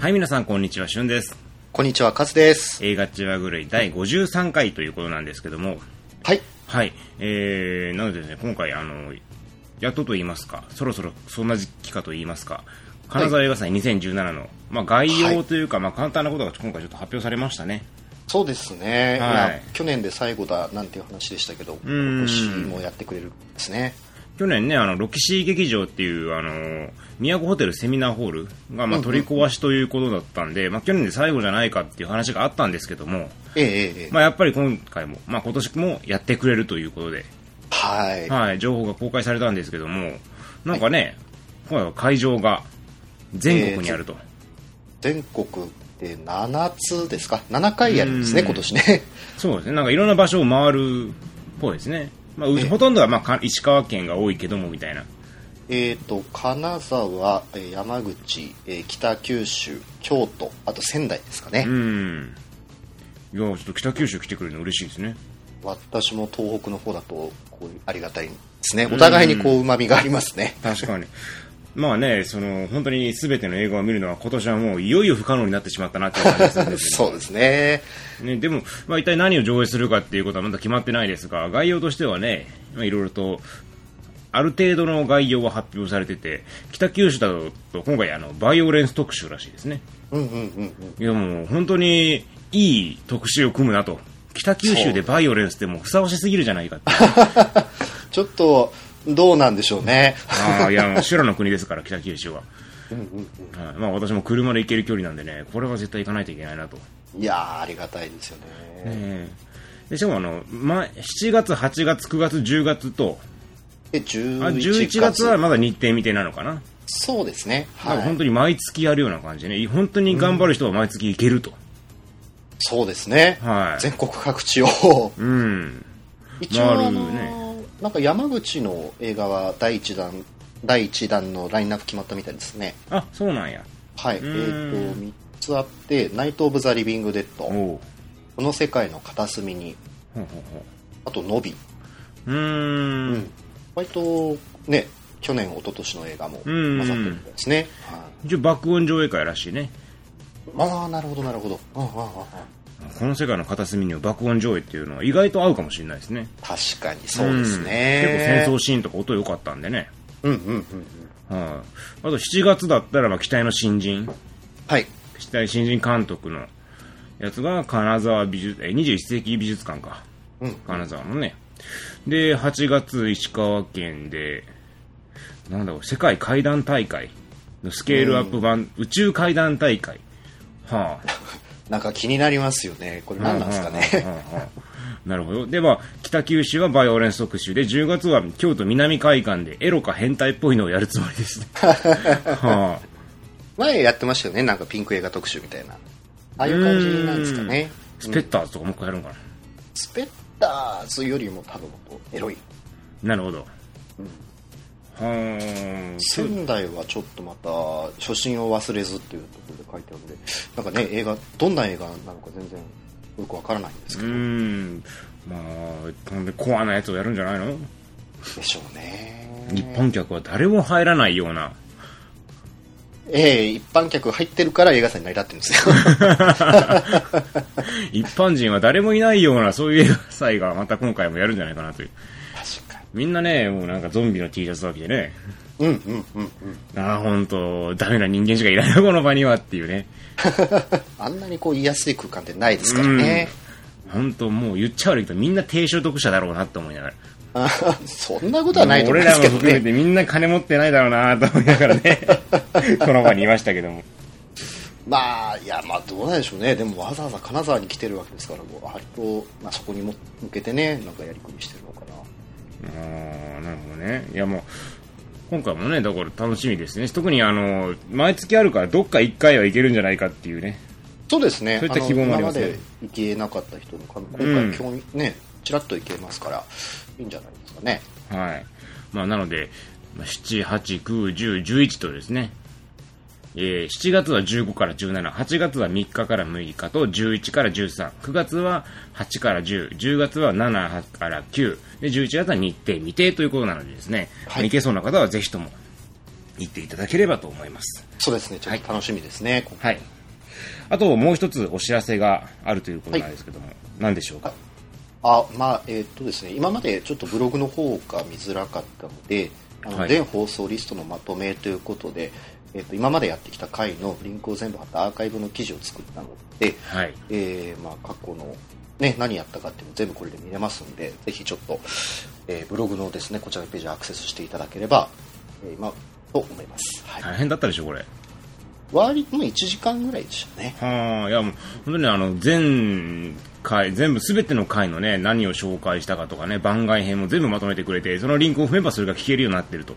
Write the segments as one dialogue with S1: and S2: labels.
S1: はい、皆さん、こんにちは、しゅんです。
S2: こんにちは、カズです。
S1: 映画チワ狂い第53回ということなんですけども、
S2: はい。
S1: はい、えー、なのでですね、今回、あの、やっとと言いますか、そろそろそんな時期かと言いますか、金沢映画祭2017の、まあ、概要というか、まあ、簡単なことが今回ちょっと発表されましたね。
S2: そうですね。
S1: はい
S2: まあ去年で最後だなんていう話でしたけど、
S1: ん
S2: 今年もやってくれるんですね。
S1: 去年ね、あの、ロキシー劇場っていう、あの、都ホテルセミナーホールが、まあ、取り壊しということだったんで、まあ、去年で最後じゃないかっていう話があったんですけども、
S2: ええええええ
S1: まあ、やっぱり今回も、まあ、今年もやってくれるということで、
S2: はい。
S1: はい、情報が公開されたんですけども、なんかね、今回は会場が全国にあると。
S2: 全国で7つですか ?7 回やるんですね、今年ね。
S1: そうですね、なんかいろんな場所を回るっぽいですね。まあ、うちほとんどは、まあか、石川県が多いけども、みたいな。
S2: えっと、金沢、えー山口、えー北九州、京都、あと仙台ですかね。
S1: うん。いや、ちょっと北九州来てくれるの嬉しいですね。
S2: 私も東北の方だと、こういうありがたいですね。お互いにこう、旨味がありますね。
S1: 確かに。まあね、その、本当に全ての映画を見るのは今年はもういよいよ不可能になってしまったなっていう感じがするんですけど
S2: そうですね。
S1: ね、でも、まあ、一体何を上映するかっていうことはまだ決まってないですが、概要としてはね、まあ、いろいろと、ある程度の概要は発表されてて、北九州だと今回あの、バイオレンス特集らしいですね。
S2: うんうんうんうん。
S1: いやもう本当にいい特集を組むなと。北九州でバイオレンスってもうふさわしすぎるじゃないか って。
S2: ちょっと、どうなんでしょうね。
S1: ああ、いや、もう修羅の国ですから、北九州は。はいまあ私も車で行ける距離なんでね、これは絶対行かないといけないなと。
S2: いやーありがたいですよね。
S1: ええでしかもあの、ま、7月、8月、9月、10月と、
S2: で、11
S1: あ
S2: 月。
S1: 11月はまだ日程未定なのかな、
S2: そうですね。
S1: なんか
S2: は
S1: 本
S2: い。
S1: 当に毎月やるような感じでね、本当に頑張る人は毎月行けると、
S2: そうですね。
S1: はい
S2: 全国各地を。
S1: うん、
S2: 一応、あの
S1: なる
S2: なんか山口の映画は第一弾、第一弾のラインナップ決まったみたいですね。
S1: あそうなんや、
S2: はい。えっ、
S1: ん
S2: と、3つあって、ナイト・オブ・ザ・リビング・デッド、
S1: おう
S2: この世界の片隅に、
S1: ほうほうほ
S2: あと、のび。
S1: う、うーん、
S2: 割と、ね、去年、一昨年の映画も
S1: うん
S2: 混ざってるみたいですね。はい
S1: 一応爆音上映会らしいね、
S2: ああ、なるほど、なるほど。うんうんうんうん
S1: この世界の片隅には爆音上映っていうのは意外と合うかもしれないですね、
S2: 確かにそうですね
S1: 結。構戦争シーンとか音良かったんでね、
S2: うんうんうん。
S1: はいあと7月だったら、まあ、期待の新人、
S2: はい。
S1: 期待新人監督のやつが金沢美術、え21世紀美術館か。
S2: うん
S1: 金沢のね。で、8月石川県で、なんだろう、世界階段大会のスケールアップ版、宇宙階段大会。はあ。
S2: なんか気になりますよね。これ何なんですか
S1: う
S2: ね。
S1: んうんうんうんなるほど。で、まあ、北九州はバイオレンス特集で、10月は京都南海岸でエロか変態っぽいのをやるつもり ですね。はあ。
S2: 前やってましたよね。なんかピンク映画特集みたいな。ああいう感じなんですかね。
S1: スペッターズとかもう一回やるんかな。
S2: スペッターズよりも多分もっとエロい。
S1: なるほど。はーん。
S2: 仙台はちょっとまた、初心を忘れずっていうところで書いてあるんで、なんかね、映画、どんな映画なのか全然よくわからないんです
S1: う
S2: け
S1: ー
S2: ど、
S1: ん。まあ、なんでコアなやつをやるんじゃないの
S2: でしょうね。
S1: 日本客は誰も入らないような。
S2: ええ一般客入ってるから映画祭に成り立っ てるんですよ。
S1: 一般人は誰もいないような、そういう映画祭がまた今回もやるんじゃないかなという。
S2: 確か
S1: みんなね、もうなんかゾンビの T シャツだけでね。
S2: に。うんうんうんうん。
S1: ああ、ほんと、ダメな人間しかいないよ、この場にはっていうね。
S2: あんなにこう言いやすい空間ってないですからね。
S1: ほんと、もう言っちゃ悪いけど、みんな低所得者だろうなと思いながら。
S2: あー そんなことはないと思
S1: 俺
S2: うんで
S1: ら
S2: す
S1: も
S2: けど
S1: 含め
S2: ね。
S1: てみんな金持ってないだろうなと思いながらね。この場にいましたけども。
S2: まあ、いや、まあどうなんでしょうね。でもわざわざ金沢に来てるわけですから、もう割と、まあそこにも向けてね、なんかやりくりしてるのかな。
S1: ああ、なるほどね。いやもう、今回もね、だから楽しみですね。特にあの、毎月あるからどっか一回は行けるんじゃないかっていうね。
S2: そうですね。
S1: そういった希望もありますね
S2: の今まで行けなかった人も、今
S1: うん
S2: 回興味、ね、ちらっと行けますから、いいんじゃないですかね。
S1: はい。まあなので、まあ7、8、9、10、11とですね。えー7月は15から17、8月は3日から6日と11から13、9月は8から10、10月は7から9、で11月は日程未定ということなのでですね、
S2: はい
S1: 行けそうな方はぜひとも行っていただければと思います。
S2: そうですね。ちょっと楽しみですね。今回
S1: はい。あともう一つお知らせがあるということなんですけども、何でしょうか。
S2: あまあえーっとですね、今までちょっとブログの方が見づらかったので、あの
S1: はい
S2: 全放送リストのまとめということで、えーっと今までやってきた回のリンクを全部貼ったアーカイブの記事を作ったので、
S1: はい。
S2: えーまあ、過去の、ね、何やったかっていうの全部これで見れますので、ぜひちょっと、えーブログのですねこちらのページアクセスしていただければ、えー今と思います。はい
S1: 大変だったでしょ、これ。
S2: 割ともう1時間ぐらいでしたね。
S1: はあ、いや、もう、本当にあの、全回、全部、すべての回のね、何を紹介したかとかね、番外編も全部まとめてくれて、そのリンクを踏めばそれが聞けるようになってると。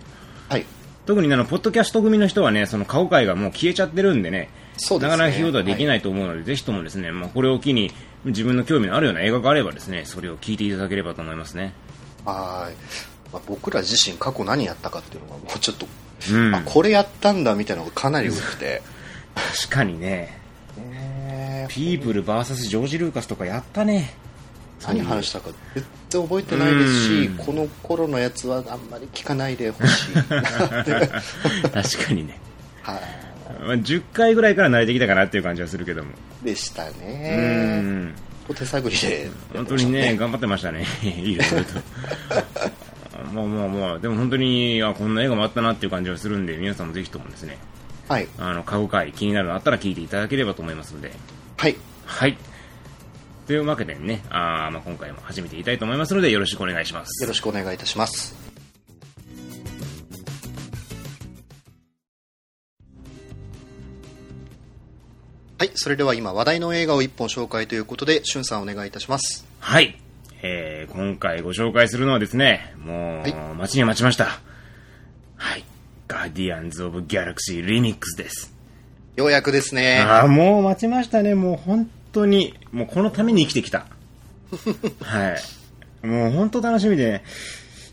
S2: はい、
S1: 特にねあの、ポッドキャスト組の人はね、その過去回がもう消えちゃってるんでね、
S2: そうです
S1: なかな
S2: ね
S1: か聞くことはできないと思うので、ぜひともですね、まあ、これを機に、自分の興味のあるような映画があればですね、それを聞いていただければと思いますね。
S2: はいまあ、僕ら自身過去何やったかっていうのがもうちょっと、
S1: うん
S2: あこれやったんだみたいなのがかなり多 くて、
S1: 確かにね、
S2: ねえ
S1: ピープル VS ジョージ・ルーカスとかやったね。
S2: 何話したか全然覚えてないですし、
S1: うん
S2: この頃のやつはあんまり聞かないでほし いなっては い
S1: 確かにね。 まあ、10回ぐらいから慣れてきたかなっていう感じはするけども。
S2: でした
S1: う
S2: ね
S1: ん。
S2: お手探りで
S1: 本当にね、頑張ってましたね。 いろいろと。もうもうもう、でも本当に、あ、こんな映画もあったなっていう感じはするんで、皆さんもぜひともですね、
S2: はい
S1: あの、過去回気になるのあったら聞いていただければと思いますので。
S2: はい
S1: はい。というわけでね、あーまあ今回も始めていきたいと思いますので、よろしくお願いします
S2: よ。ろしくお願いいたしますはいそれでは今話題の映画を一本紹介ということでしゅんさんお願いいたします
S1: はい。えー、今回ご紹介するのはですね、もう、
S2: はい
S1: 待ちに待ちました。はい。ガーディアンズ・オブ・ギャラクシー・リミックスです。
S2: ようやくですね
S1: ああ、もう待ちましたね。もう本当に、もうこのために生きてきた。はい。もう本当楽しみで、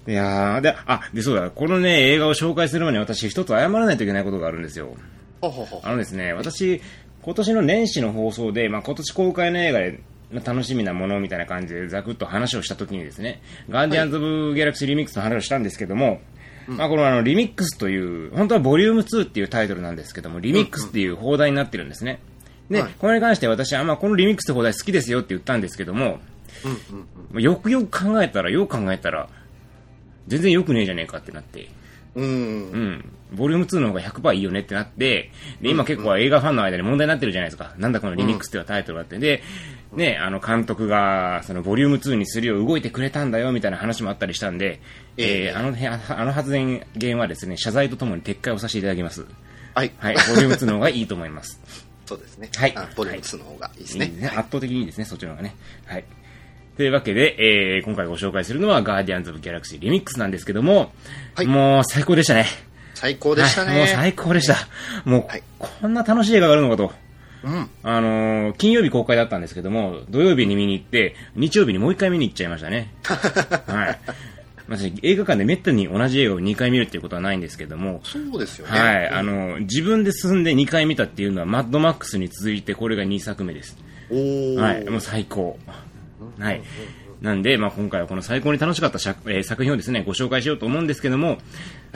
S1: いやーで、あ、で、そうだ、このね、映画を紹介する前に私一つ謝らないといけないことがあるんですよ。
S2: ほうほうほう
S1: あのですね、私、今年の年始の放送で、まあ、今年公開の映画で、まあ、楽しみなものみたいな感じでざくっと話をしたときにですね、ガーディアンズ・オブ・ギャラクシー・リミックスの話をしたんですけども、まあ、このあのリミックスという、本当はボリューム2っていうタイトルなんですけども、リミックスっていう放題になってるんですね。で、
S2: はい
S1: これに関して私は、まあ、このリミックスって放題好きですよって言ったんですけども、まあよくよく考えたら、よく考えたら、全然よくねえじゃねえかってなって。
S2: うん
S1: うん。ボリューム2の方が100%いいよねってなって、で、今結構映画ファンの間で問題になってるじゃないですか。なんだこのリミックスっていうタイトルがあって。で、ね、あの監督が、そのボリューム2にするよう動いてくれたんだよみたいな話もあったりしたんで、え
S2: え
S1: ーあの辺、ああの発言言はですね、謝罪とともに撤回をさせていただきます。
S2: はい、
S1: はい、ボリューム2の方がいいと思います。
S2: そうですね
S1: はい
S2: あボリューム2の方がい いですね
S1: いいですね圧倒的にいいですね、そっちの方がね。はい。というわけで、えー今回ご紹介するのは、ガーディアンズ・オブ・ギャラクシー・リミックスなんですけども、
S2: はい
S1: もう最高でしたね。
S2: 最高でした
S1: はい、
S2: ね、
S1: もう最高でした。もう、
S2: はい
S1: こんな楽しい映画があるのかと。
S2: うん
S1: あのー金曜日公開だったんですけども、土曜日に見に行って、日曜日にもう一回見に行っちゃいました ね。はい。私、映画館でめったに同じ映画を2回見るっていうことはないんですけども、
S2: そうですよね
S1: はい、あのー自分で進んで2回見たっていうのは、マッドマックスに続いてこれが2作目です。
S2: おー
S1: はい、もう最高。はい。なんで、まあ、今回はこの最高に楽しかった作,、えー作品をですね、ご紹介しようと思うんですけども、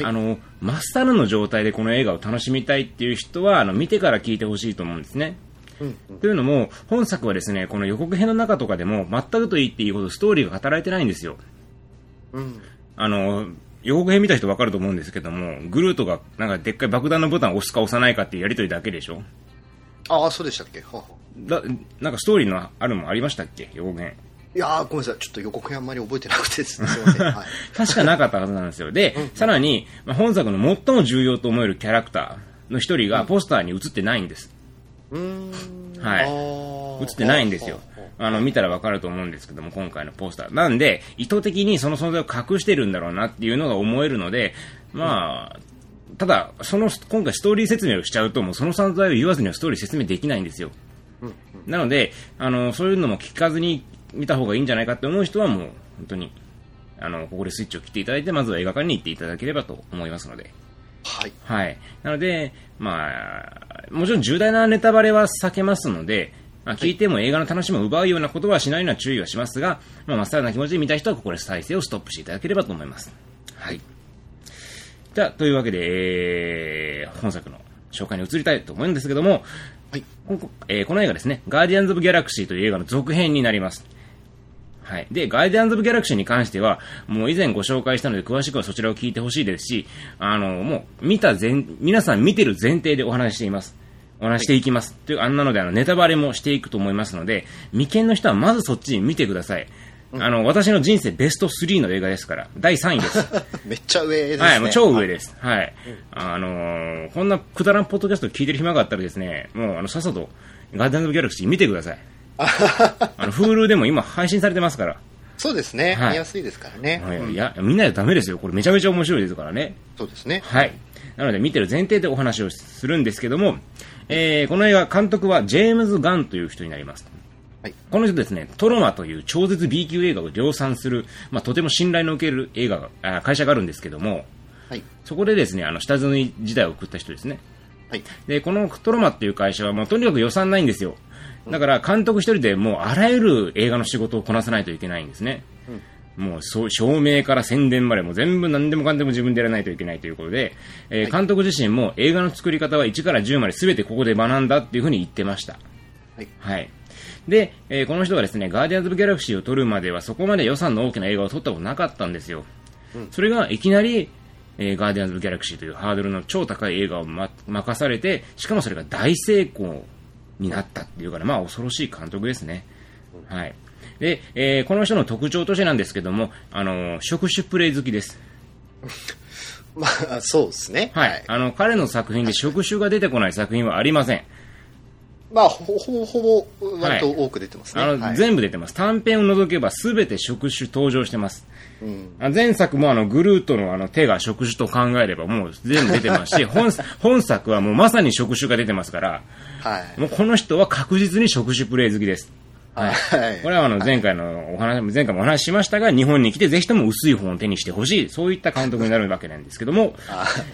S1: あの、まっさらの状態でこの映画を楽しみたいっていう人は、あの、見てから聞いてほしいと思うんですね。
S2: うん
S1: というのも、本作はですね、この予告編の中とかでも、全くと言っていいほどストーリーが語られてないんですよ。
S2: うん
S1: あの、予告編見た人わかると思うんですけども、グルートが、なんかでっかい爆弾のボタンを押すか押さないかっていうやりとりだけでしょ
S2: ああそうでしたっけはは
S1: だ、なんかストーリーのあるもんありましたっけ予告編。
S2: いやーごめんなさいちょっと予告編あんまり覚えてなくてすみませ ん、はい、
S1: 確かなかったはずなんですよ。で、さらに、まあ本作の最も重要と思えるキャラクターの一人がポスターに映ってないんです。
S2: うーん
S1: はい
S2: あー
S1: 映ってないんですよ。あの、見たらわかると思うんですけども、今回のポスター。なんで、意図的にその存在を隠してるんだろうなっていうのが思えるので、まあ、ただ、その、今回ストーリー説明をしちゃうと、もうその存在を言わずにはストーリー説明できないんですよ。なので、あの、そういうのも聞かずに見た方がいいんじゃないかって思う人はもう、本当に、あの、ここでスイッチを切っていただいて、まずは映画館に行っていただければと思いますので。
S2: はい
S1: はい。なので、まあ、もちろん重大なネタバレは避けますので、まあ、聞いても映画の楽しみを奪うようなことはしないような注意はしますが、まあ、まっさらな気持ちで見たい人はここで再生をストップしていただければと思います。はい。じゃあ、というわけで、えー本作の紹介に移りたいと思うんですけども、
S2: はい。
S1: ここえーこの映画ですね、ガーディアンズ・オブ・ギャラクシーという映画の続編になります。はい。で、ガーディアンズ・オブ・ギャラクシーに関しては、もう以前ご紹介したので、詳しくはそちらを聞いてほしいですし、あの、もう、見た前、皆さん見てる前提でお話ししています。お話ししていきます。という、あんなので、あの、ネタバレもしていくと思いますので、未見の人はまずそっちに見てください。あの、私の人生ベスト3の映画ですから、第3位です。
S2: めっちゃ上ですね。
S1: はい、もう超上です。はい。あのーこんなくだらんポッドキャスト聞いてる暇があったらですね、もうあの、さっさと、ガーデンズ・オブ・ギャラクシー見てくださ い。あの、Hulu でも今配信されてますから。
S2: そうですね。
S1: はい
S2: 見やすいですからね。
S1: はい、いや、見ないとダメですよ。これめちゃめちゃ面白いですからね。
S2: そうですね。
S1: はい。なので見てる前提でお話をするんですけども、えー、この映画、監督はジェームズ・ガンという人になります。
S2: はい
S1: この人ですね、トロマという超絶 B 級映画を量産する、まあ、とても信頼の受ける映画が、あ会社があるんですけども、
S2: はい。
S1: そこでですね、あの、下積み時代を送った人ですね。
S2: はい。
S1: で、このトロマっていう会社は、もうとにかく予算ないんですよ。だから、監督一人でもうあらゆる映画の仕事をこなさないといけないんですね。もうそう照明から宣伝までもう全部何でもかんでも自分でやらないといけないということで、えー監督自身も映画の作り方は1から10まで全てここで学んだっていうふうに言ってました。
S2: はい
S1: はい。で、えーこの人がですね、ガーディアンズ・オブ・ギャラクシーを撮るまではそこまで予算の大きな映画を撮ったことなかったんですよ。それがいきなり、えーガーディアンズ・オブ・ギャラクシーというハードルの超高い映画を、ま、任されて、しかもそれが大成功になったっていうから、まあ恐ろしい監督ですね。はい。で、えーこの人の特徴としてなんですけども、あのー、触手プレイ好きです。
S2: まあ、そうですね。
S1: はい。あの、彼の作品で触手が出てこない作品はありません。
S2: まあ、ほほぼ、ほぼ、割と多く出てますね。
S1: あの、
S2: はい
S1: 全部出てます。短編を除けば全て触手登場してます。
S2: うん
S1: あ前作もあの、グルートのあの、手が触手と考えればもう全部出てます し、本、本作はもうまさに触手が出てますから、
S2: はい。
S1: もうこの人は確実に触手プレイ好きです。
S2: はい
S1: これはあの、前回のお話、前回もお話ししましたが、日本に来てぜひとも薄い本を手にしてほしい、そういった監督になるわけなんですけども、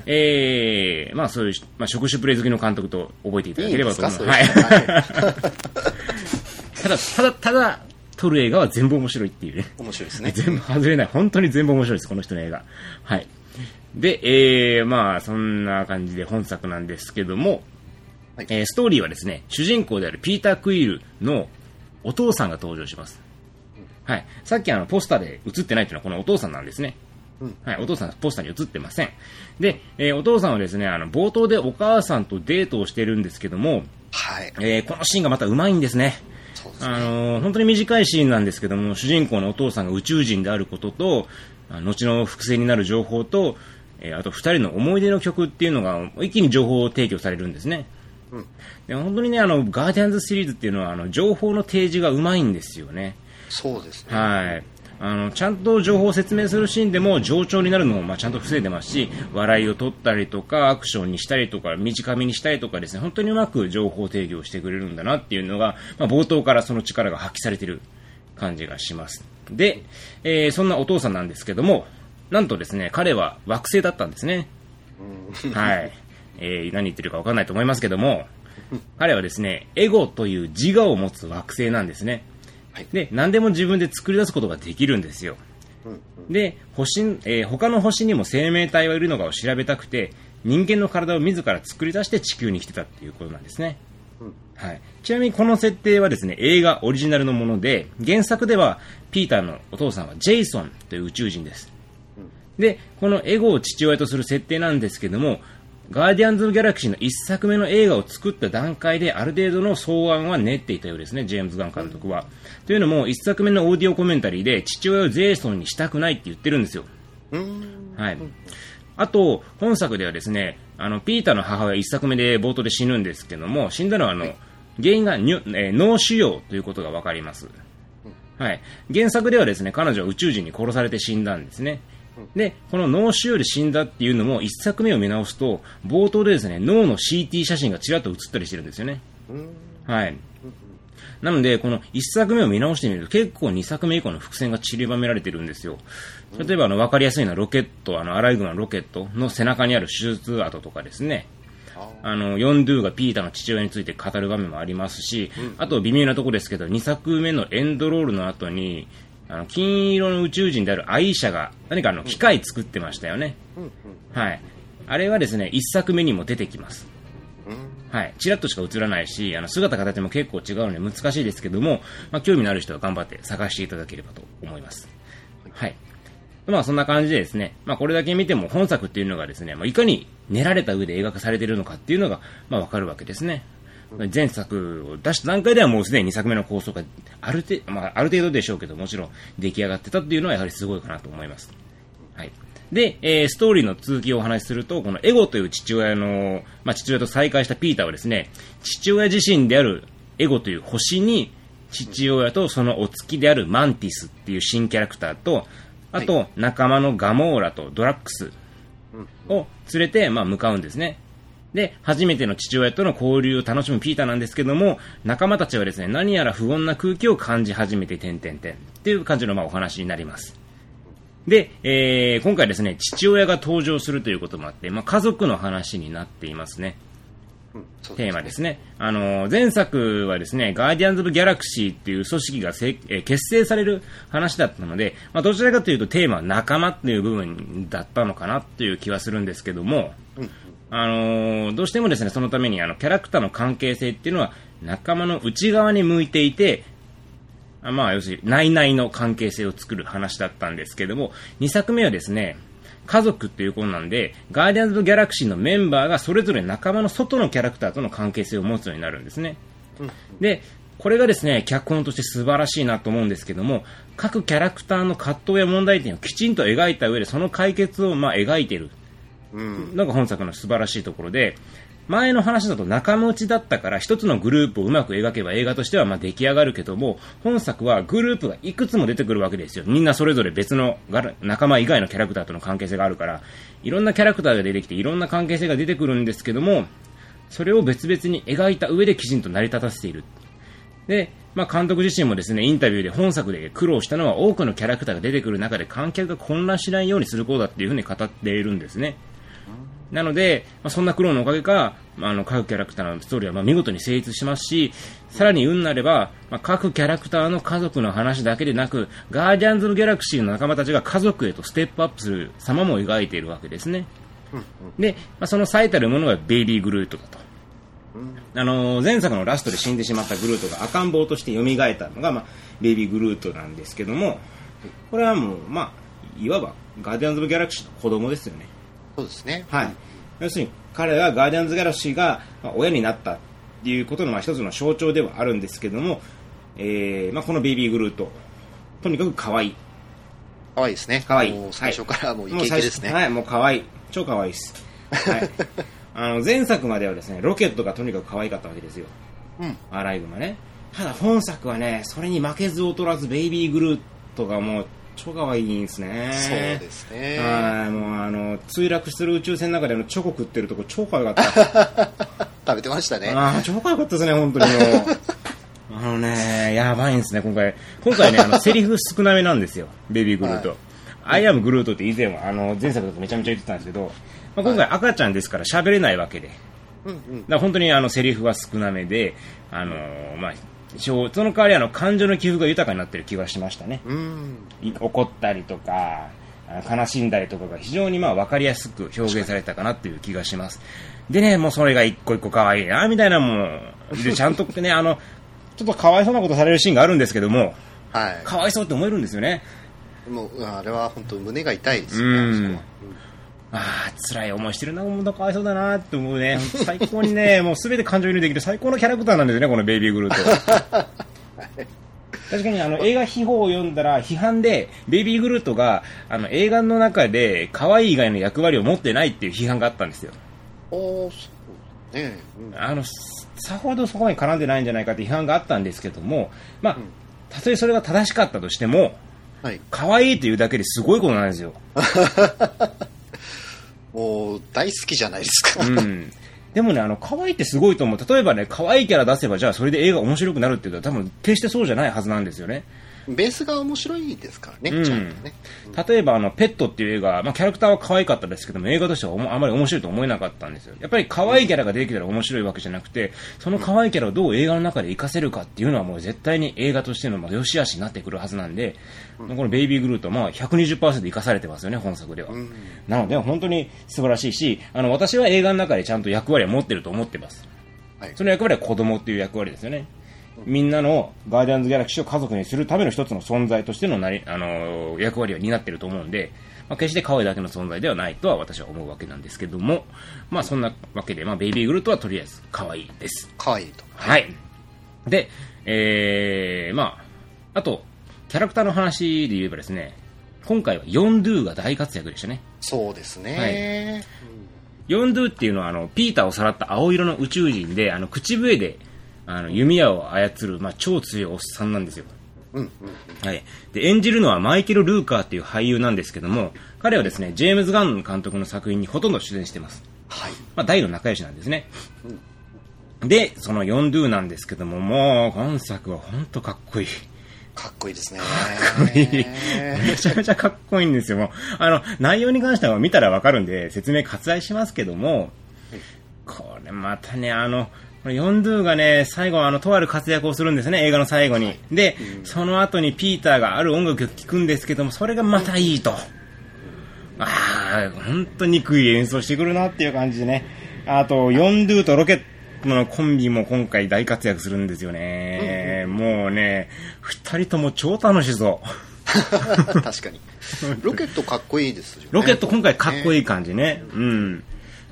S1: えー、まあそういう、まあ職種プレイ好きの監督と覚えていただ
S2: い
S1: け
S2: い
S1: れ
S2: ん
S1: ば
S2: で
S1: と
S2: す
S1: 思
S2: か
S1: います。
S2: そう
S1: はいい。
S2: うのはい。
S1: ただ、ただ、ただ、撮る映画は全部面白いっていうね。
S2: 面白いですね。
S1: 全部 外れない。本当に全部面白いです、この人の映画。はい。で、えー、まあ、そんな感じで本作なんですけども、
S2: はい
S1: えーストーリーはですね、主人公であるピーター・クイールのお父さんが登場します。はい。さっきあの、ポスターで映ってないというのはこのお父さんなんですね。
S2: うん
S1: はい、お父さん、ポスターに映ってません。で、えーお父さんはですね、あの、冒頭でお母さんとデートをしてるんですけども、
S2: はい。
S1: えーこのシーンがまたうまいんですね。
S2: そうですね。
S1: あのー本当に短いシーンなんですけども、主人公のお父さんが宇宙人であることと、あ後の複製になる情報と、えーあと二人の思い出の曲っていうのが、一気に情報を提供されるんですね。
S2: うん
S1: で本当にね、あの、ガーディアンズシリーズっていうのは、あの、情報の提示がうまいんですよね。
S2: そうですね。
S1: はい。あの、ちゃんと情報を説明するシーンでも、冗長になるのを、まあ、ちゃんと防いでますし、笑いを取ったりとか、アクションにしたりとか、短めにしたりとかですね、本当にうまく情報提供してくれるんだなっていうのが、まあ、冒頭からその力が発揮されてる感じがします。で、えーそんなお父さんなんですけども、なんとですね、彼は惑星だったんですね。はい。えー何言ってるかわかんないと思いますけども、彼はですね、エゴという自我を持つ惑星なんですね。
S2: はい
S1: で、何でも自分で作り出すことができるんですよ。で、星、えー他の星にも生命体はいるのかを調べたくて、人間の体を自ら作り出して地球に来てたっていうことなんですね。はい、ちなみにこの設定はですね映画オリジナルのもので原作ではピーターのお父さんはジェイソンという宇宙人です、でこのエゴを父親とする設定なんですけどもガーディアンズ・オブ・ギャラクシーの1作目の映画を作った段階である程度の草案は練っていたようですね、ジェームズ・ガン監督は。というのも、1作目のオーディオコメンタリーで父親をジェイソンにしたくないって言ってるんですよ。
S2: うん。
S1: はい。あと、本作ではですね、あの、ピーターの母親一作目で冒頭で死ぬんですけども、死んだのはあの、原因がにゅ、えー脳腫瘍ということがわかります。はい。原作ではですね、彼女は宇宙人に殺されて死んだんですね。で、この脳腫瘍で死んだっていうのも一作目を見直すと、冒頭でですね、脳の CT 写真がちらっと写ったりしてるんですよね。
S2: うん
S1: はい。なので、この1作目を見直してみると、結構2作目以降の伏線が散りばめられてるんですよ。例えば、あの、わかりやすいのはロケット、あの、アライグマのロケットの背中にある手術跡とかですね。
S2: あ
S1: あの、ヨンドゥがピーターの父親について語る場面もありますし、あと微妙なとこですけど、2作目のエンドロールの後に、あの、金色の宇宙人であるアイシャが、何かあの、機械作ってましたよね。
S2: うん
S1: はい。あれはですね、1作目にも出てきます。
S2: うん。うん。
S1: はい。チラッとしか映らないし、あの、姿形も結構違うので難しいですけども、まあ、興味のある人は頑張って探していただければと思います。はい。まあ、そんな感じでですね、まあ、これだけ見ても本作っていうのがですね、まあ、いかに練られた上で描かされているのかっていうのが、まあ、わかるわけですね。前作を出した段階ではもうすでに2作目の構想があるて、まあ、ある程度でしょうけど、もちろん出来上がってたっていうのはやはりすごいかなと思います。はい。で、えーストーリーの続きをお話しすると、このエゴという父親の、まあ、父親と再会したピーターはですね、父親自身であるエゴという星に、父親とそのお月であるマンティスっていう新キャラクターと、あと仲間のガモーラとドラックスを連れて、まあ、向かうんですね。で、初めての父親との交流を楽しむピーターなんですけども、仲間たちはですね、何やら不穏な空気を感じ始めて、点々点っていう感じのまあお話になります。で、えー今回ですね、父親が登場するということもあって、まあ、家族の話になっていますね。
S2: うんそう
S1: テ
S2: で
S1: ー
S2: す
S1: マですね。あのー、前作はですね、ガーディアンズ・オブ・ギャラクシーっていう組織がせ、えー結成される話だったので、まあ、どちらかというとテーマは仲間っていう部分だったのかなっていう気はするんですけども、あのーどうしてもですね、そのためにあの、キャラクターの関係性っていうのは仲間の内側に向いていて、あまあ、要するに、内々の関係性を作る話だったんですけども、2作目はですね、家族っていうことなんで、ガーディアンズ・オブ・ギャラクシーのメンバーがそれぞれ仲間の外のキャラクターとの関係性を持つようになるんですね。で、これがですね、脚本として素晴らしいなと思うんですけども、各キャラクターの葛藤や問題点をきちんと描いた上で、その解決をまあ描いてる
S2: うん
S1: のが本作の素晴らしいところで、前の話だと仲間内だったから一つのグループをうまく描けば映画としてはまあ出来上がるけども、本作はグループがいくつも出てくるわけですよ。みんなそれぞれ別のガラ仲間以外のキャラクターとの関係性があるから、いろんなキャラクターが出てきていろんな関係性が出てくるんですけども、それを別々に描いた上できちんと成り立たせている。で、まあ、監督自身もですね、インタビューで本作で苦労したのは多くのキャラクターが出てくる中で観客が混乱しないようにすることだっていうふうに語っているんですね。なので、まあ、そんな苦労のおかげか、まあ、あの各キャラクターのストーリーはまあ見事に成立しますし、さらに運なれば、まあ、各キャラクターの家族の話だけでなく、ガーディアンズ・オブ・ギャラクシーの仲間たちが家族へとステップアップする様も描いているわけですね。で、まあ、その最たるものがベイビー・グルートだと。あの前作のラストで死んでしまったグルートが赤ん坊として蘇ったのが、まあ、ベイビー・グルートなんですけどもこれはもう、まあ、いわばガーディアンズ・オブ・ギャラクシーの子供ですよね、
S2: そうですね。
S1: はい、要するに彼はガーディアンズ・ギャラクシーがまあ親になったっていうことのまあ一つの象徴ではあるんですけども、えーまあ、このベイビー・グルートとにかく可愛い
S2: 可愛いですね。
S1: 可愛い
S2: もう最初からもうイ
S1: も
S2: ケ
S1: う
S2: イケ
S1: 最
S2: で
S1: 初
S2: すね。
S1: はい、もう可愛い。超可愛いです。はい。 あの、前作まではですね、ロケットがとにかく可愛かったわけですよ。
S2: うん。
S1: アライグマね。ただ本作はね、それに負けず劣らず、ベイビー・グルートがもう、超可愛いんですね。
S2: そうですね。
S1: はい、もうあの、墜落する宇宙船の中であのチョコ食ってるとこ超可愛かった。
S2: 食べてましたね。
S1: ああ、超可愛かったですね、本当にもう。 あのね、やばいんですね、今回。今回ね、あの、セリフ少なめなん ですよ、ベイビー・グルート。アイアム・グルートって以前は、あの、前作だとめちゃめちゃ言ってたんですけど、まあ、今回赤ちゃんですから喋れないわけで。
S2: うんうん
S1: だ。から本当にあのセリフは少なめで、あのーまあ、しょうその代わりあの感情の起伏が豊かになってる気がしましたね。
S2: うん。
S1: い怒ったりとか、あの悲しんだりとかが非常にまあ分かりやすく表現されたかなっていう気がします。でね、もうそれが一個一個可愛いな、みたいなもう、でちゃんとね、あの、ちょっとかわいそうなことされるシーンがあるんですけども、
S2: はい。
S1: かわいそうって思えるんですよね。
S2: もう、あれは本当胸が痛いです
S1: うん
S2: ね。あそこは
S1: ああ、辛い思いしてるな、もうかわいそうだなって思うね。最高にね、もうすべて感情移入できる最高のキャラクターなんですよね、このベイビーグルート。確かにあの映画秘宝を読んだら批判でベイビーグルートがあの映画の中で可愛い以外の役割を持ってないっていう批判があったんですよ。
S2: おー、そうね。うん
S1: あの、さほどそこに絡んでないんじゃないかって批判があったんですけども、まあ、たとえそれが正しかったとしても、
S2: はい。
S1: 可愛いというだけですごいことなんですよ。
S2: もう、大好きじゃないですか。
S1: うんでもね、あの、可愛いってすごいと思う。例えばね、可愛いキャラ出せば、じゃあそれで映画面白くなるっていうと、多分、決してそうじゃないはずなんですよね。
S2: ベースが面白いですからね、
S1: うん
S2: ちゃんとね。
S1: 例えば、あの、ペットっていう映画、まあ、キャラクターは可愛かったですけども、映画としてはおもあまり面白いと思えなかったんですよ。やっぱり可愛いキャラができたら面白いわけじゃなくて、その可愛いキャラをどう映画の中で活かせるかっていうのはもう絶対に映画としての、まあ、良し悪しになってくるはずなんで、このベイビーグルート、まあ、120%活かされてますよね、本作では。
S2: うん。
S1: なので、本当に素晴らしいし、あの、私は映画の中でちゃんと役割は持ってると思ってます。
S2: はい
S1: その役割は子供っていう役割ですよね。みんなのガーディアンズ・ギャラクシーを家族にするための一つの存在としてのなり、あのー役割を担ってると思うんで、まあ、決して可愛いだけの存在ではないとは私は思うわけなんですけども、まあそんなわけで、まあベイビーグルートはとりあえず可愛いです。
S2: 可愛いと。
S1: はい。で、えー、まあ、あと、キャラクターの話で言えばですね、今回はヨンドゥが大活躍でしたね。
S2: そうですね。
S1: ヨンドゥっていうのは、あの、ピーターをさらった青色の宇宙人で、あの、口笛で、あの、弓矢を操る、まあ、超強いおっさんなんですよ。
S2: うん、
S1: はい。で、演じるのはマイケル・ルーカーっていう俳優なんですけども、彼はですね、ジェームズ・ガン監督の作品にほとんど出演してます。
S2: はい。
S1: まあ、大の仲良しなんですね。で、そのヨンドゥなんですけども、もう、今作はほんとかっこいい。
S2: かっこいいですね。
S1: めちゃめちゃかっこいいんですよ。もうあの、内容に関しては見たらわかるんで、説明割愛しますけども、これまたね、あの、このヨンドゥがね、最後、あの、とある活躍をするんですね、映画の最後に。で、その後にピーターがある音楽を聴くんですけども、それがまたいいと。ああ、本当に憎い演奏してくるなっていう感じでね。あと、ヨンドゥとロケットのコンビも今回大活躍するんですよね。もうね、二人とも超楽しそう。
S2: 確かに。ロケットかっこいいですよね。
S1: ロケット今回かっこいい感じね。うん。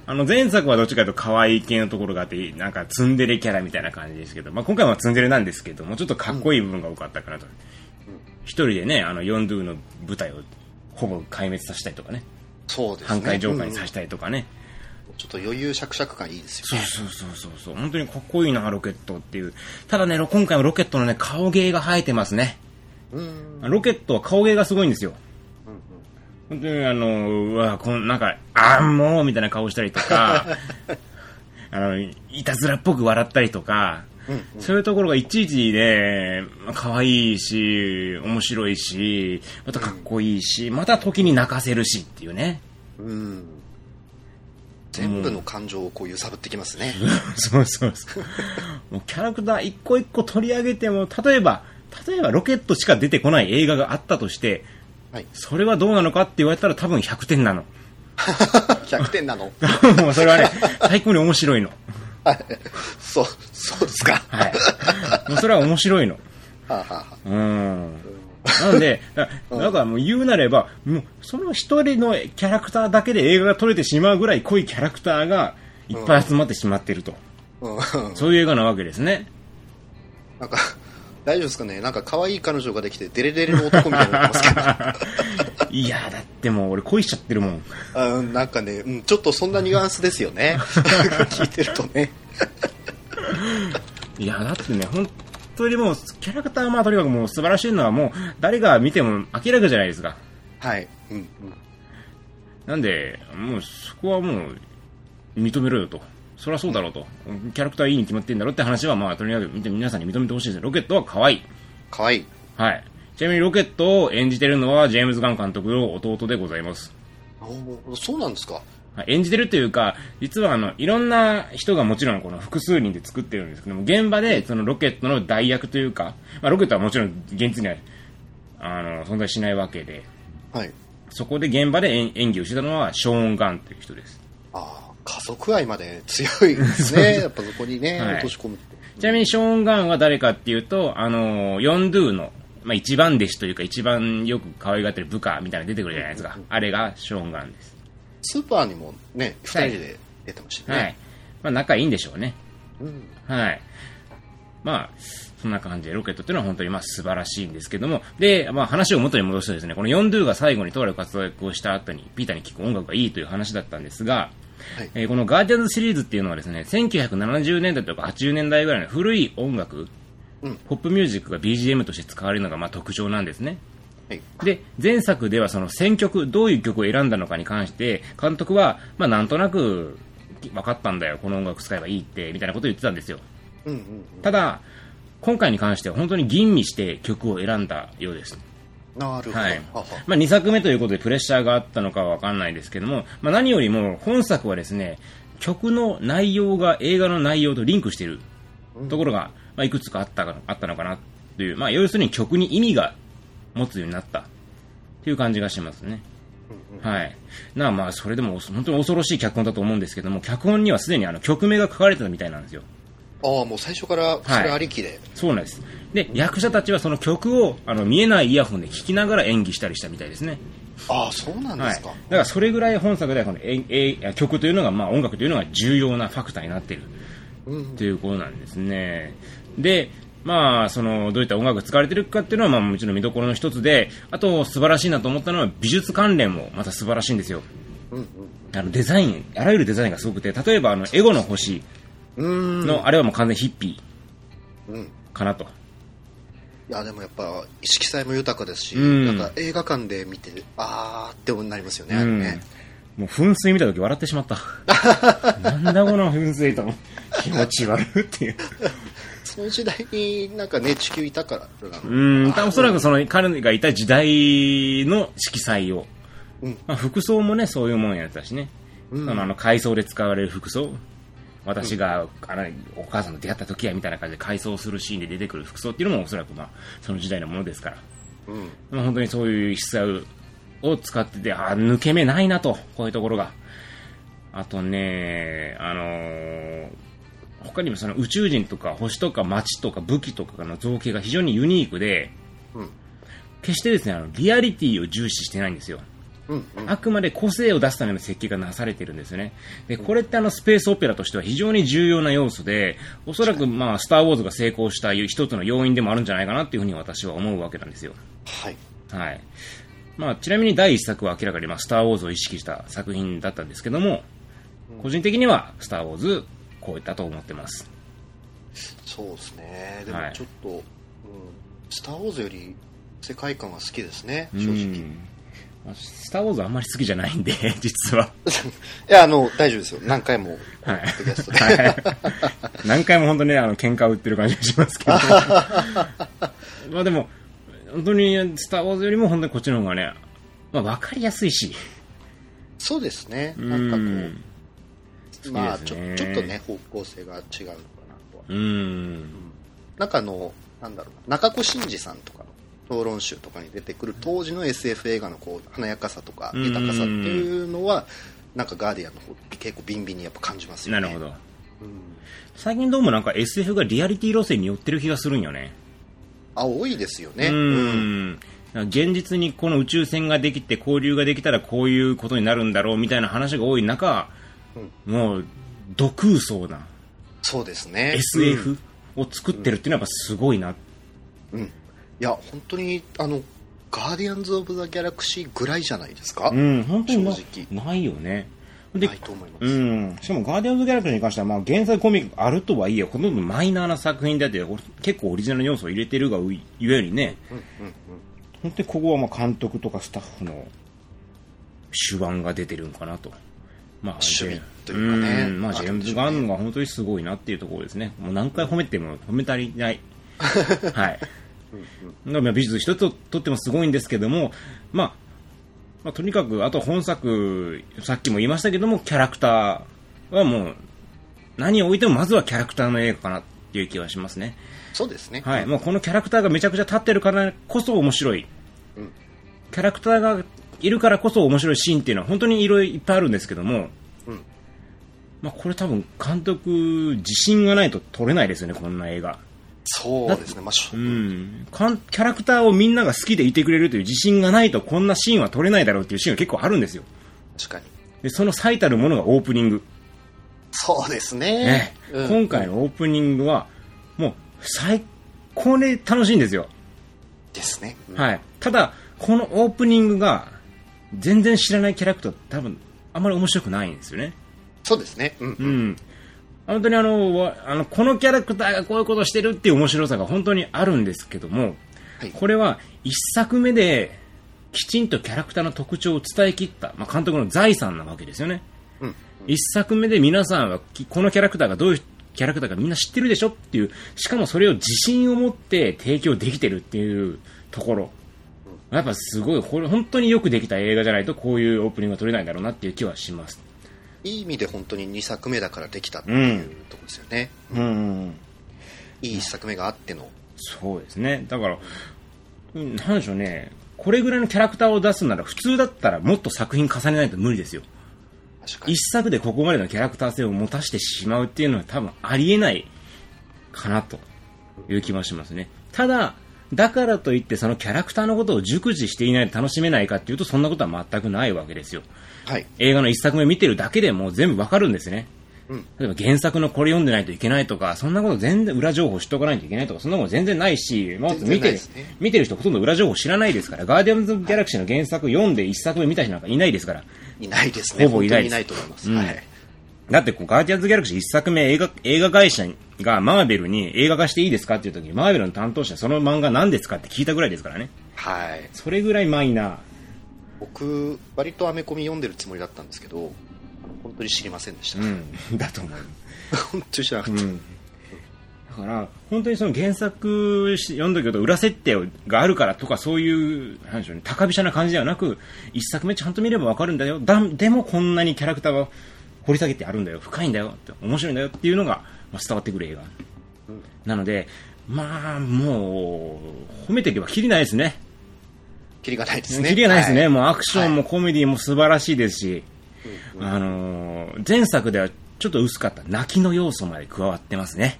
S1: あの前作はどっちかというと可愛い系のところがあって、なんかツンデレキャラみたいな感じですけど、まあ今回はツンデレなんですけども、ちょっとかっこいい部分が多かったかなと。一人でね、あの、ヨンドゥの舞台をほぼ壊滅させたりとかね、
S2: そうですね。
S1: 半壊状態に
S2: う
S1: さ
S2: ん
S1: せたりとかね。
S2: ちょっと余裕しゃくしゃく感いいですよ
S1: そう
S2: ね。
S1: そうそうそうそう、本当にかっこいいな、ロケットっていう。ただね、ロ今回もロケットのね、顔芸が生えてますね。
S2: うん。
S1: ロケットは顔芸がすごいんですよ。本当にあの、うわ、こんなんか、あーもうみたいな顔したりと か、あの、いたずらっぽく笑ったりとか、そういうところがいちいちね、まあ可愛いし、面白いし、またかっこいいし、また時に泣かせるしっていう ね。
S2: うん全部の感情をこう揺さぶってきますね。
S1: そうそうそう。もうキャラクター一個一個取り上げても、例えば、例えばロケットしか出てこない映画があったとして、
S2: はい。
S1: それはどうなのかって言われたら多分100点なの。
S2: 100点 なの。
S1: もうそれはね、最高に面白いの。
S2: そう、そうですか。
S1: はい。もうそれは面白いの。
S2: はあはあはあ
S1: うん。なんで、だだからもう言うなれば、もうその一人のキャラクターだけで映画が撮れてしまうぐらい濃いキャラクターがいっぱい集まってしまっていると。
S2: うん
S1: そういう映画なわけですね。
S2: なんか、大丈夫ですかねなんか可愛い彼女ができて、デレデレの男みたいになってますけ
S1: いや、だってもう俺恋しちゃってるもん。
S2: ど。うん、なんかね、うん、ちょっとそんなニュアンスですよね。聞いてるとね。
S1: いや、だってね、本当にもう、キャラクターはまあとにかくもう素晴らしいのはもう、誰が見ても明らかじゃないですか。
S2: はい。うん、うん。
S1: なんで、もうそこはもう、認めろよと。そりゃそうだろうと。キャラクターいいに決まってんだろって話は、まあ、とにかく見て皆さんに認めてほしいです。ロケットは可愛い。
S2: 可愛い。
S1: はい。ちなみにロケットを演じてるのは、ジェームズ・ガン監督の弟でございます。
S2: おーそうなんですか。
S1: はい演じてるというか、実はあの、いろんな人がもちろんこの複数人で作ってるんですけども、現場でそのロケットの代役というか、まあ、ロケットはもちろん現実には、あの、存在しないわけで、
S2: はい。
S1: そこで現場で演演技をしてたのは、ショーン・ガンという人です。
S2: ああ、家族愛まで強いですね。 やっぱそこにね、
S1: はい
S2: 落とし込むって。
S1: ちなみにショーン・ガンは誰かっていうと、あの、ヨンドゥの、まあ、一番弟子というか、一番よく可愛がってる部下みたいなの出てくるじゃないですか。あれがショーン・ガンです。
S2: スーパーにもね、二人で出てました
S1: は
S2: ね。
S1: い。まあ、仲いいんでしょうね。
S2: うん
S1: はい。まあ、そんな感じでロケットっていうのは本当にまあ素晴らしいんですけども、で、まあ話を元に戻してですね、このヨンドゥが最後にとある活躍をした後にピーターに聞く音楽がいいという話だったんですが、
S2: はい
S1: えーこのガーディアンズシリーズっていうのはですね、1970年代とか80年代ぐらいの古い音楽、
S2: うん
S1: ポップミュージックが BGM として使われるのがまあ特徴なんですね。
S2: はい。
S1: で、前作ではその選曲、どういう曲を選んだのかに関して、監督は、まあなんとなく分かったんだよ、この音楽使えばいいって、みたいなことを言ってたんですよ。
S2: うんうん。
S1: ただ、今回に関しては本当に吟味して曲を選んだようです。
S2: なるほど。
S1: はい
S2: はは。
S1: まあ、2作目ということでプレッシャーがあったのかはわかんないですけども、まあ、何よりも本作はですね、曲の内容が映画の内容とリンクしているところが、まあ、いくつかあったかあったのかなという、まあ、要するに曲に意味が持つようになったという感じがしますね。はい。なあまあ、それでもおそ本当に恐ろしい脚本だと思うんですけども、脚本にはすでにあの曲名が書かれてたみたいなんですよ。
S2: ああ、もう最初からそれありきで。
S1: そうなんです。で、役者たちはその曲をあの見えないイヤホンで聴きながら演技したりしたみたいですね。
S2: ああ、そうなんで
S1: はい。
S2: す
S1: だ
S2: か。
S1: からそれぐらい本作ではこのええ曲というのが、まあ音楽というのが重要なファクターになっている
S2: うん
S1: ということなんですね。で、まあ、その、どういった音楽が使われてるかっていうのは、まあ、もちろん見どころの一つで、あと、素晴らしいなと思ったのは、美術関連もまた素晴らしいんですよ。あの、デザイン、あらゆるデザインがすごくて、例えば、あの、エゴの星
S2: うん。うん。
S1: の、あれはもう完全ヒッピ
S2: うん。い
S1: ーかなと。
S2: や、でもやっぱ、色彩も豊かですし、
S1: うん
S2: なんか映画館で見て、ああってなりますよね、あ
S1: う
S2: れ
S1: ん
S2: ね。
S1: もう噴水見た時笑ってしまっ た。なんだこの噴水と思って気持ち悪いっていう。
S2: その時代になんかね、地球いたからなの
S1: うん、たおそらくその彼がいた時代の色彩を。
S2: うん
S1: まあ、服装もね、そういうもんやったしね。
S2: うん
S1: そのあの、改装で使われる服装。私が、あのお母さんと出会った時やみたいな感じで改装するシーンで出てくる服装っていうのもおそらくまあ、その時代のものですから。
S2: うん。
S1: まあ、本当にそういう必殺を使ってて、あー抜け目ないなと、こういうところが。あとね、あのー他にもその宇宙人とか星とか街とか武器とかの造形が非常にユニークで、
S2: うん
S1: 決してですね、あの、リアリティを重視してないんですよ。
S2: うん。うん。
S1: あくまで個性を出すための設計がなされてるんですよね。で、これってあのスペースオペラとしては非常に重要な要素で、おそらくまあ、スター・ウォーズが成功した一つの要因でもあるんじゃないかなっていうふうに私は思うわけなんですよ。
S2: はい。
S1: はい。まあ、ちなみに第一作は明らかに、まあ、スター・ウォーズを意識した作品だったんですけども、個人的には、スター・ウォーズ、こういったと思ってます。
S2: そうですね。でも
S1: はい
S2: ちょっと、うん、スター・ウォーズより世界観が好きですね、
S1: う
S2: 正直。い
S1: ん。まあスター・ウォーズあんまり好きじゃないんで、 実は。
S2: や、あの、大丈夫ですよ。何回も、ポ
S1: はい
S2: ッドキャストで。
S1: はい。何回も本当にね、あの、喧嘩売ってる感じがしますけ ど。まあでも、本当に、スター・ウォーズよりも本当にこっちの方がね、まあ、わかりやすいし。
S2: そうですね。
S1: う
S2: なんかこう、
S1: ん。
S2: まあ
S1: 好き
S2: ち
S1: で
S2: ょ
S1: すね
S2: ちょっとね、方向性が違うのかなとは。
S1: うん。
S2: なんかあの、なんだろうな、中古真二さんとかの討論集とかに出てくる当時の SF 映画のこう華やかさとか
S1: うん
S2: 豊かさっていうのは、なんかガーディアンの方って結構ビンビンにやっぱ感じますよ
S1: な
S2: ね。
S1: るほど。
S2: うん
S1: 最近どうもなんか SF がリアリティ路線に寄ってる気がするんよね。
S2: あ、多いですよね。
S1: う
S2: うん
S1: ん。現実にこの宇宙船ができて交流ができたらこういうことになるんだろうみたいな話が多い中、もう、毒空想な
S2: そうですね。
S1: SF を作ってるっていうのはやっぱすごいな。
S2: うん。うんいや、本当に、あの、ガーディアンズ・オブ・ザ・ギャラクシーぐらいじゃないですか。
S1: うん、本当にな
S2: 正
S1: ないよね。で
S2: ない、と思います。
S1: うん、しかもガーディアンズ・ギャラクシーに関しては、まあ、原作コミックがあるとはいえ、ほとんどマイナーな作品であって、結構オリジナル要素を入れてるがゆえにね、本当にここはまあ監督とかスタッフの手腕が出てるんかなと。まあ、
S2: 守備というかね
S1: んまあ、ジェームズ・ガンが本当にすごいなっていうところですね。もう何回褒めても褒め足り ない。はい。まあ美術一つととってもすごいんですけども、まあ、まあ、とにかく、あと本作、さっきも言いましたけども、キャラクターはもう、何を置いてもまずはキャラクターの映画かなっていう気はしますね。
S2: そうですね。
S1: はい。もうこのキャラクターがめちゃくちゃ立ってるからこそ面白い。
S2: うん
S1: キャラクターがいるからこそ面白いシーンっていうのは本当にいろいろいっぱいあるんですけども、
S2: うん
S1: まあこれ多分監督自信がないと撮れないですよね、こんな映画。
S2: そうですね。まあ、しょ
S1: うん。かんキャラクターをみんなが好きでいてくれるという自信がないとこんなシーンは撮れないだろうっていうシーンが結構あるんですよ。
S2: 確かに。
S1: で、その最たるものがオープニング。
S2: そうですね
S1: ね。
S2: うん
S1: 今回のオープニングは、もう最高に楽しいんですよ。
S2: ですね。うん
S1: はい。ただ、このオープニングが、全然知らないキャラクター多分、あんまり面白くないんですよね。
S2: そうですね。うん。
S1: うん。本当にあの、わあの、このキャラクターがこういうことしてるっていう面白さが本当にあるんですけども、
S2: はい
S1: これは一作目で、きちんとキャラクターの特徴を伝え切った、まあ、監督の財産なわけですよね。
S2: うん。
S1: 一作目で皆さんはきこのキャラクターがどういうキャラクターかみんな知ってるでしょっていう、しかもそれを自信を持って提供できてるっていうところ。やっぱすごい、これ本当によくできた映画じゃないとこういうオープニングは撮れないんだろうなっていう気はします。
S2: いい意味で本当に2作目だからできたっていうところですよね。
S1: うん。
S2: いい1作目があっての。
S1: そうですね。だから、うんなんでしょうね。これぐらいのキャラクターを出すなら普通だったらもっと作品重ねないと無理ですよ。
S2: 確かに
S1: 一。作でここまでのキャラクター性を持たせてしまうっていうのは多分ありえないかなという気はしますね。ただ、だからといってそのキャラクターのことを熟知していないと楽しめないかっていうとそんなことは全くないわけですよ。
S2: はい。
S1: 映画の一作目見てるだけでもう全部わかるんですね。
S2: うん
S1: 例えば原作のこれ読んでないといけないとか、そんなこと全然裏情報知っておかないといけないとか、そんなこと全然ないし、まず見
S2: 全然ない
S1: て
S2: で
S1: る
S2: すね、
S1: 見てる人ほとんど裏情報知らないですから、ガーディアンズ・ギャラクシーの原作読んで一作目見た人なんかいないですから。
S2: いないですね。
S1: ほぼいないで
S2: 本当にい
S1: す
S2: ないと思います。
S1: うん
S2: はい。
S1: だってこう、ガーディアンズ・ギャラクシー一作目映画、映画会社がマーベルに映画化していいですかっていう時に、マーベルの担当者その漫画何ですかって聞いたぐらいですからね。
S2: はい。
S1: それぐらいマイナー。
S2: 僕、割とアメコミ読んでるつもりだったんですけど、本当に知りませんでした。
S1: うん、だと思う。
S2: 本当に知らなくて。
S1: うんだから、本当にその原作し読んだけど、裏設定があるからとか、そういう、なんでしょうね、高飛車な感じではなく、一作目ちゃんと見ればわかるんだよ。だ、でもこんなにキャラクターが掘り下げてあるんだよ。深いんだよ。って面白いんだよっていうのが、まあ、伝わってくる映画。なので、まあ、もう、褒めていけばきりないですね。
S2: キリがないです
S1: 切
S2: ね。
S1: キリがないですね、
S2: は
S1: もうアクションもコメディも素晴らしいですし、あのー前作ではちょっと薄かった泣きの要素まで加わってますね、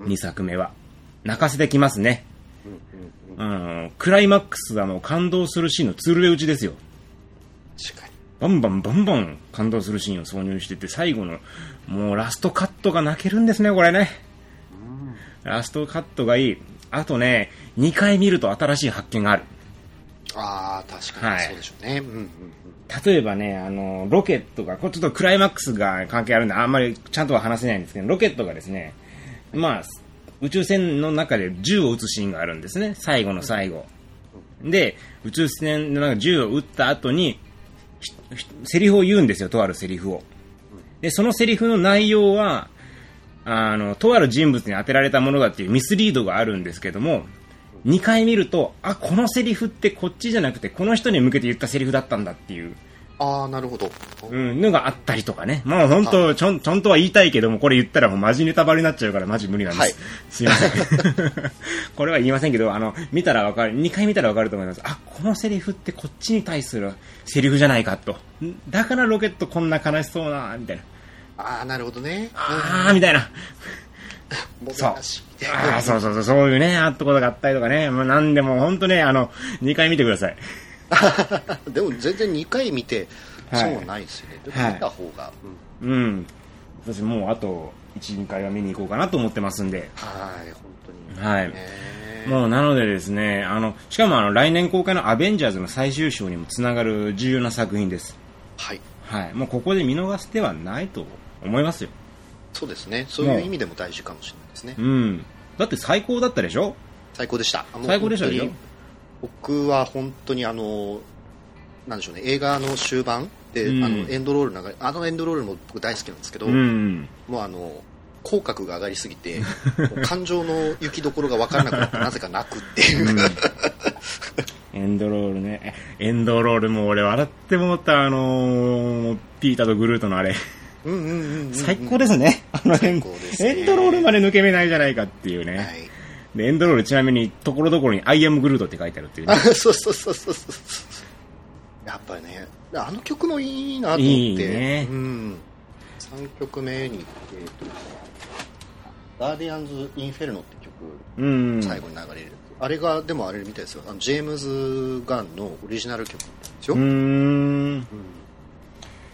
S1: 2作目は泣かせてきますね、あのークライマックスはもう感動するシーンのつるれ打ちですよ
S2: 確かに。
S1: バンバンバンバン感動するシーンを挿入してて最後のもうラストカットが泣けるんですねこれねラストカットがいいあとね2回見ると新しい発見がある
S2: ああ、確かに
S1: はい
S2: そうでしょうね。うんうんうん。
S1: 例えばね、あの、ロケットが、これちょっとクライマックスが関係あるんで、あんまりちゃんとは話せないんですけど、ロケットがですね、まあ、宇宙船の中で銃を撃つシーンがあるんですね、最後の最後。で、宇宙船の中で銃を撃った後に、ひひセリフを言うんですよ、とあるセリフを。で、そのセリフの内容は、あの、とある人物に当てられたものだっていうミスリードがあるんですけども、2回見ると、あ、このセリフってこっちじゃなくて、この人に向けて言ったセリフだったんだっていう、
S2: ああ、なるほど。
S1: うん、のがあったりとかね。まあ本当、ちょん、ちょんとは言いたいけども、これ言ったらもうマジネタバレになっちゃうからマジ無理なんです。
S2: はい
S1: すいません。 これは言いませんけど、あの、見たらわかる、2回見たらわかると思います。あ、このセリフってこっちに対するセリフじゃないかと。んだからロケットこんな悲しそうな、みたいな。
S2: ああ、なるほどね。
S1: あー、みたいな。
S2: も
S1: そう
S2: なし。
S1: ああ、そうそうそう、そういうね、あったことがあったりとかね。もう何でも本当ね、あの、2回見てください。
S2: でも全然2回見て、
S1: はい
S2: そうはないですよね。でも
S1: はい
S2: 見た方が。うん
S1: うん。私もうあと、1、2回は見に行こうかなと思ってますんで。
S2: はい、本当に。
S1: はい。
S2: ね
S1: もうなのでですね、あの、しかもあの、来年公開のアベンジャーズの最終章にもつながる重要な作品です。
S2: はい。
S1: はい。もうここで見逃す手はないと思いますよ。
S2: そうですね。そういう意味でも大事かもしれないですね
S1: う。ん。だって最高だったでしょ
S2: 最高でした。あの
S1: 最高でした
S2: 本当に
S1: よ
S2: 僕は本当にあの、なんでしょうね、映画の終盤で、
S1: うん
S2: あのエンドロールの流れ、あのエンドロールも僕大好きなんですけど、
S1: うん。
S2: もうあの、口角が上がりすぎて、もう感情の行きどころが分からなくなって、なぜか泣くっていう。
S1: エンドロールね。えエンドロールも俺笑ってもった、あのー、ピーターとグルートのあれ。
S2: うんうんうんうん。
S1: 最高ですね。あのエン
S2: 最高ですね
S1: エンドロールまで抜け目ないじゃないかっていうね。
S2: はい。
S1: でエンドロールちなみに、ところどころに I am グルートって書いてあるっていうね
S2: あ。 そうそうそうそうそうそう。やっぱりね、あの曲もいいなと思って。
S1: いいね
S2: うん。3曲目に、えっ、と、ガーディアンズ・インフェルノって曲、
S1: うん。
S2: 最後に流れる。あれが、でもあれみたいですよ。あのジェームズ・ガンのオリジナル曲なんですよ。
S1: うーん。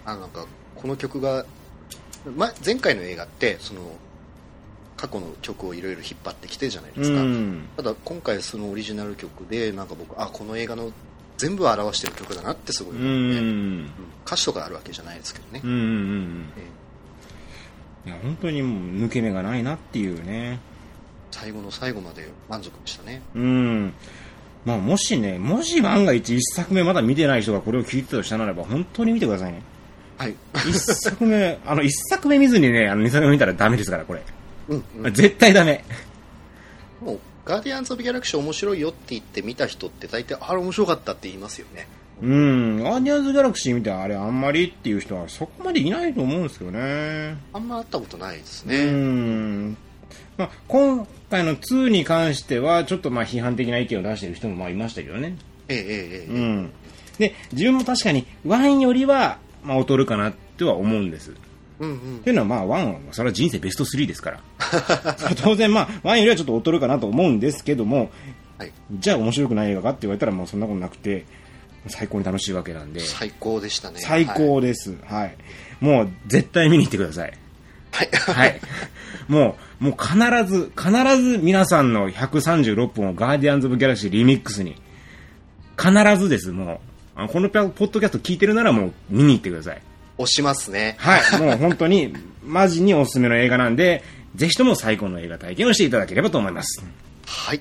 S2: あのなんか、この曲が、ま、前回の映画って、その、過去の曲をいろいろ引っ張ってきてじゃないですか。
S1: うん
S2: ただ今回そのオリジナル曲でなんか僕あこの映画の全部を表してる曲だなってすごい思
S1: う
S2: って、うん
S1: ん。
S2: 歌詞とかあるわけじゃないですけどね、
S1: うんうんうん
S2: えー
S1: いや本当にもう抜け目がないなっていうね、
S2: 最後の最後まで満足でしたね
S1: うんまあ、もしね、もし万が一、1作目まだ見てない人がこれを聞いてたとしたならば、本当に見てください ね、
S2: はい
S1: 1作目、あの1作目見ずにね、あの2作目見たらダメですから、これ、
S2: うん、うん、
S1: 絶対ダメ、
S2: もう「ガーディアンズ・オブ・ギャラクシー」面白いよって言って見た人って大体あれ面白かったって言いますよね
S1: うん、ガーディアンズ・ギャラクシーみたいな、あれ、あんまりっていう人は、そこまでいないと思うんですけどね。
S2: あんま会ったことないです
S1: う
S2: ね、
S1: んまあ、今回の2に関しては、ちょっとまあ批判的な意見を出している人もまあいましたけどね。
S2: ええええええ
S1: うん、で自分も確かにワインよりは、まあ、劣るかなとは思うんです、
S2: うんうん
S1: っていうのは、まあ、ワンはもうそれは人生ベスト3ですから。当然、まあ、ワンよりはちょっと劣るかなと思うんですけども、
S2: はい
S1: じゃあ面白くない映画かって言われたら、もうそんなことなくて、最高に楽しいわけなんで、
S2: 最高でしたね
S1: 最
S2: はい
S1: 高です。はい。もう、絶対見に行ってください。
S2: はい、
S1: はい。もう、もう必ず、必ず皆さんの136本をガーディアンズ・オブ・ギャラクシーリミックスに、必ずです、もう。あのこのポッドキャスト聞いてるならもう見に行ってください。
S2: 押しますね
S1: はい。もう本当に、マジにおすすめの映画なんで、ぜひとも最高の映画体験をしていただければと思います。
S2: はい